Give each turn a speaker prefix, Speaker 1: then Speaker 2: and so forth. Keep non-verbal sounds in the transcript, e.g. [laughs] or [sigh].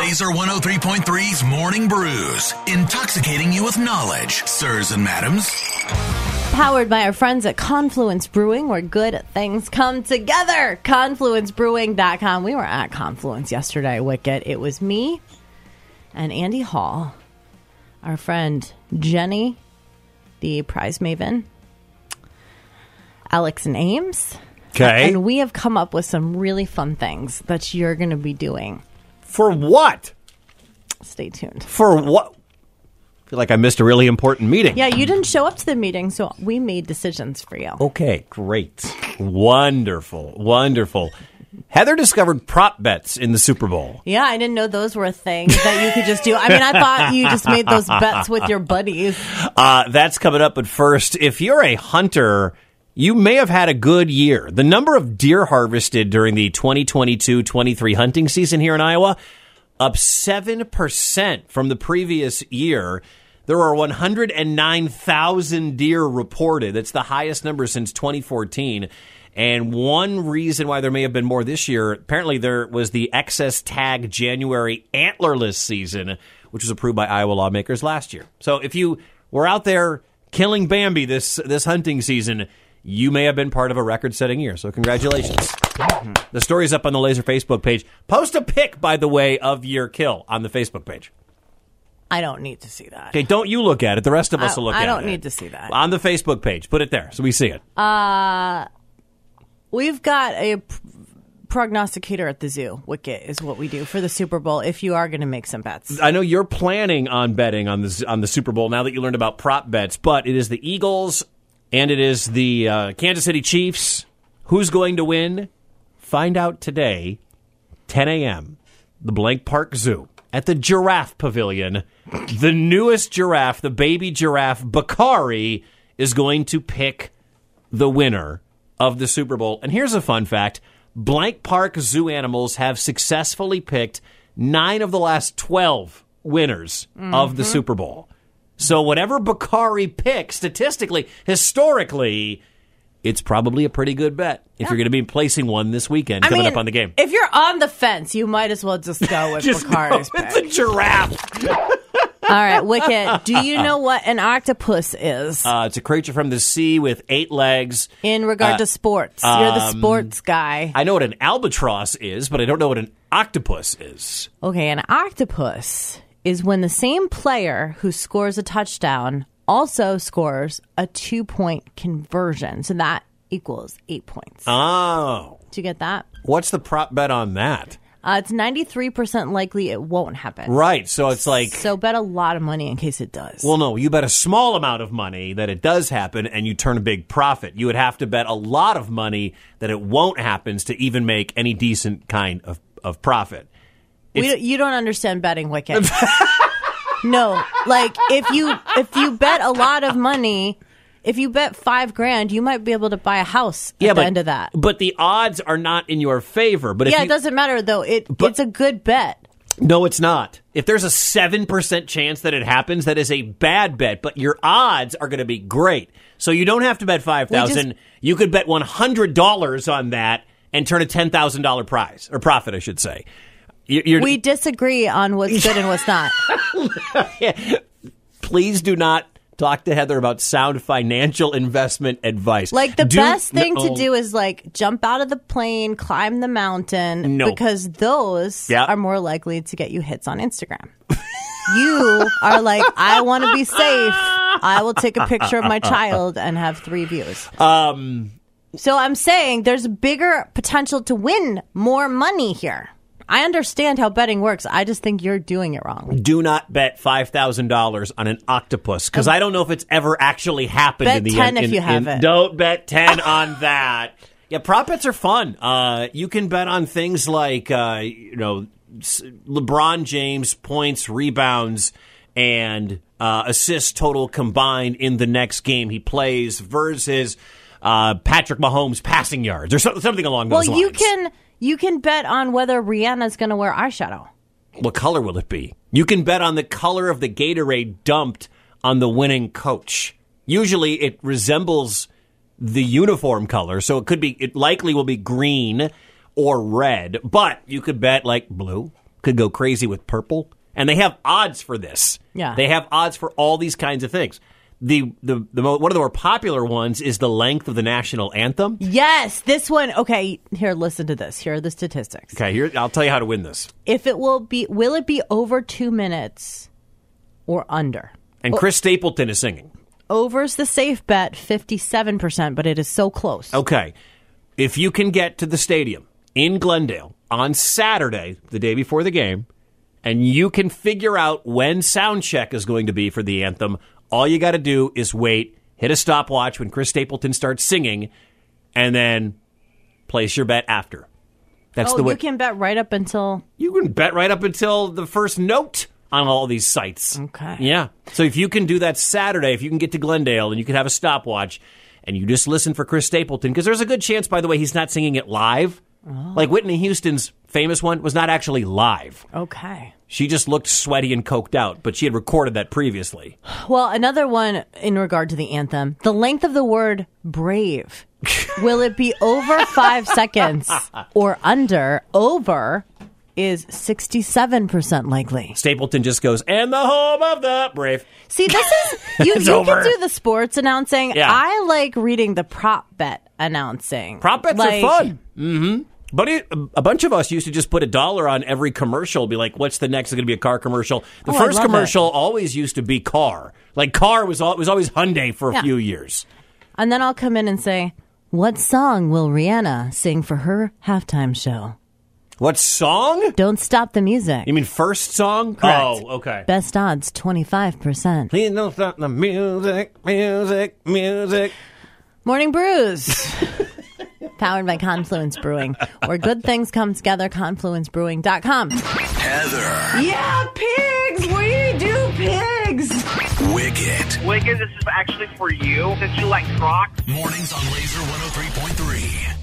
Speaker 1: Laser 103.3's Morning Brews, intoxicating you with knowledge, sirs and madams.
Speaker 2: Powered by our friends at Confluence Brewing, where good things come together. ConfluenceBrewing.com. We were at Confluence yesterday, Wicket. It was me and Andy Hall, our friend Jenny, the prize maven, Alex and Ames.
Speaker 3: Okay.
Speaker 2: And we have come up with some really fun things that you're going to be doing.
Speaker 3: For what?
Speaker 2: Stay tuned.
Speaker 3: For what? I feel like I missed a really important meeting.
Speaker 2: Yeah, you didn't show up to the meeting, so we made decisions for you.
Speaker 3: Okay, great. wonderful. Wonderful. Heather discovered prop bets in the Super Bowl.
Speaker 2: Yeah, I didn't know those were a thing that you could just do. I mean, I thought you just made those bets with your buddies.
Speaker 3: Uh, that's coming up, but first, if you're a hunter, you may have had a good year. The number of deer harvested during the 2022 23 hunting season here in Iowa, up 7% from the previous year. There are 109,000 deer reported. That's the highest number since 2014. And one reason why there may have been more this year, apparently there was the excess tag January antlerless season, which was approved by Iowa lawmakers last year. So if you were out there killing Bambi this this hunting season, you may have been part of a record-setting year. So congratulations. The story's up on the Laser Facebook page. Post a pic, by the way, of your kill on the Facebook page.
Speaker 2: I don't need to see that.
Speaker 3: Okay, don't you look at it. The rest of
Speaker 2: I-
Speaker 3: us will look
Speaker 2: I
Speaker 3: at it.
Speaker 2: don't need to see that. Uh,
Speaker 3: On the Facebook page. Put it there so we see it.
Speaker 2: We've got a p- prognosticator at the zoo. Wicket is what we do for the Super Bowl if you are going to make some bets.
Speaker 3: I know you're planning on betting on this on the Super Bowl now that you learned about prop bets, but it is the Eagles and it is the uh, Kansas City Chiefs. Who's going to win? Find out today, 10 a.m. The Blank Park Zoo at the Giraffe Pavilion. The newest giraffe, the baby giraffe Bakari, is going to pick the winner of the Super Bowl. And here's a fun fact Blank Park Zoo animals have successfully picked nine of the last 12 winners of
Speaker 2: Mm-hmm.
Speaker 3: the Super Bowl. So, whatever Bakari picks, statistically, historically, it's probably a pretty good bet if you're going to be placing one this weekend
Speaker 2: I
Speaker 3: coming
Speaker 2: mean,
Speaker 3: up on the game.
Speaker 2: If you're on the fence, you might as well just go with
Speaker 3: [laughs] Just
Speaker 2: Bacardi's
Speaker 3: go-
Speaker 2: pick.
Speaker 3: it's a giraffe.
Speaker 2: All right, Wicket, do you know what an octopus is
Speaker 3: Uh, it's a creature from the sea with eight legs.
Speaker 2: in regard
Speaker 3: uh, um,
Speaker 2: to sports? You're the sports guy.
Speaker 3: I know what an albatross is, but I don't know what an octopus is.
Speaker 2: Okay, an octopus is when the same player who scores a touchdown also scores a two point conversion. So that equals eight points.
Speaker 3: Oh,
Speaker 2: Do you get that?
Speaker 3: what's the prop bet on that?
Speaker 2: Uh, it's 93% likely it won't happen.
Speaker 3: Right. So it's like,
Speaker 2: So bet a lot of money in case it does.
Speaker 3: well, no, you bet a small amount of money that it does happen and you turn a big profit. You would have to bet a lot of money that it won't happens to even make any decent kind of, of profit.
Speaker 2: we, don't- you don't understand betting,
Speaker 3: [laughs]
Speaker 2: Wicket. no, like if you if you bet a lot of money, if you bet five grand, you might be able to buy a house at the
Speaker 3: but,
Speaker 2: end of that.
Speaker 3: But the odds are not in your favor. But if
Speaker 2: Yeah,
Speaker 3: you,
Speaker 2: it doesn't matter though. It
Speaker 3: But-
Speaker 2: it's a good bet.
Speaker 3: No, it's not. If there's a 7% chance that it happens, that is a bad bet, but your odds are going to be great. So you don't have to bet 5000 You could bet $100 on that and turn a $10,000 prize, or profit, I should say. You- You're, [laughs]
Speaker 2: We disagree on what's good and what's not.
Speaker 3: please do not talk to Heather about sound financial investment advice.
Speaker 2: Like the
Speaker 3: Do-
Speaker 2: best thing to
Speaker 3: No.
Speaker 2: do is like jump out of the plane, climb the mountain,
Speaker 3: No.
Speaker 2: because those
Speaker 3: Yeah.
Speaker 2: are more likely to get you hits on Instagram. you are like, I want to be safe. I will take a picture of my child and have three views. Um. So I'm saying there's bigger potential to win more money here. I understand how betting works. I just think you're doing it wrong.
Speaker 3: Do not bet five thousand dollars on an octopus because I don't know if it's ever actually happened.
Speaker 2: Um, Bet
Speaker 3: in the
Speaker 2: 10
Speaker 3: end,
Speaker 2: if
Speaker 3: in-
Speaker 2: you have
Speaker 3: in-
Speaker 2: it.
Speaker 3: Don't
Speaker 2: [laughs]
Speaker 3: bet ten on that. Yeah, prop bets are fun. Uh, you can bet on things like uh, you know s- LeBron James points, rebounds, and uh, assist total combined in the next game he plays versus uh, Patrick Mahomes passing yards or so- something along
Speaker 2: Well,
Speaker 3: those lines.
Speaker 2: you can you can bet on whether Rihanna's going to wear eyeshadow.
Speaker 3: What color will it be? You can bet on the color of the Gatorade dumped on the winning coach. Usually it resembles the uniform color, so it could be it likely will be green or red, but you could bet like blue, could go crazy with purple. And they have odds for this.
Speaker 2: Yeah.
Speaker 3: They have odds for all these kinds of things. The, the, the mo- one of the more popular ones is the length of the national anthem.
Speaker 2: Yes, this one. Okay, here, listen to this. Here are the statistics.
Speaker 3: Okay, here I'll tell you how to win this.
Speaker 2: If it will be, will it be over two minutes or under?
Speaker 3: And Chris Stapleton is singing.
Speaker 2: Over's the safe bet, 57%, but it is so close.
Speaker 3: Okay. If you can get to the stadium in Glendale on Saturday, the day before the game, and you can figure out when sound check is going to be for the anthem, all you got to do is wait, hit a stopwatch when Chris Stapleton starts singing, and then place your bet after. That's
Speaker 2: oh,
Speaker 3: the way
Speaker 2: you can bet right up until.
Speaker 3: you can bet right up until the first note on all these sites.
Speaker 2: Okay.
Speaker 3: Yeah. So if you can do that Saturday, if you can get to Glendale and you can have a stopwatch and you just listen for Chris Stapleton, because there's a good chance, by the way, he's not singing it live. Like Whitney Houston's famous one was not actually live.
Speaker 2: Okay.
Speaker 3: She just looked sweaty and coked out, but she had recorded that previously.
Speaker 2: Well, another one in regard to the anthem the length of the word
Speaker 3: [laughs]
Speaker 2: brave. will it be over five seconds or under? Over is 67% likely.
Speaker 3: Stapleton just goes, and the home of the brave.
Speaker 2: See, this
Speaker 3: [laughs]
Speaker 2: is you.
Speaker 3: It's
Speaker 2: you
Speaker 3: over.
Speaker 2: can do the sports announcing.
Speaker 3: Yeah.
Speaker 2: I like reading the prop bet announcing.
Speaker 3: Prop bets
Speaker 2: Like,
Speaker 3: are fun. Mm-hmm. But it, a bunch of us used to just put a dollar on every commercial, be like, "What's the next? It's going to be a car commercial." The
Speaker 2: Oh, I
Speaker 3: first
Speaker 2: love
Speaker 3: commercial always used to be car. Like car was all, it was always Hyundai for a
Speaker 2: Yeah.
Speaker 3: few years.
Speaker 2: And then I'll come in and say, "What song will Rihanna sing for her halftime show?"
Speaker 3: What song?
Speaker 2: Don't stop the music.
Speaker 3: You mean first song?
Speaker 2: Correct.
Speaker 3: Oh, okay.
Speaker 2: Best odds twenty five percent.
Speaker 3: Please don't stop the music, music, music.
Speaker 2: Morning
Speaker 3: [laughs]
Speaker 2: brews. Powered by Confluence Brewing, where good things come together, confluencebrewing.com.
Speaker 1: Heather,
Speaker 2: Yeah, pigs! We do pigs!
Speaker 1: Wicket.
Speaker 4: Wigan, this is actually for you. Since you like Crocs,
Speaker 1: oh Mornings on Laser 103.3.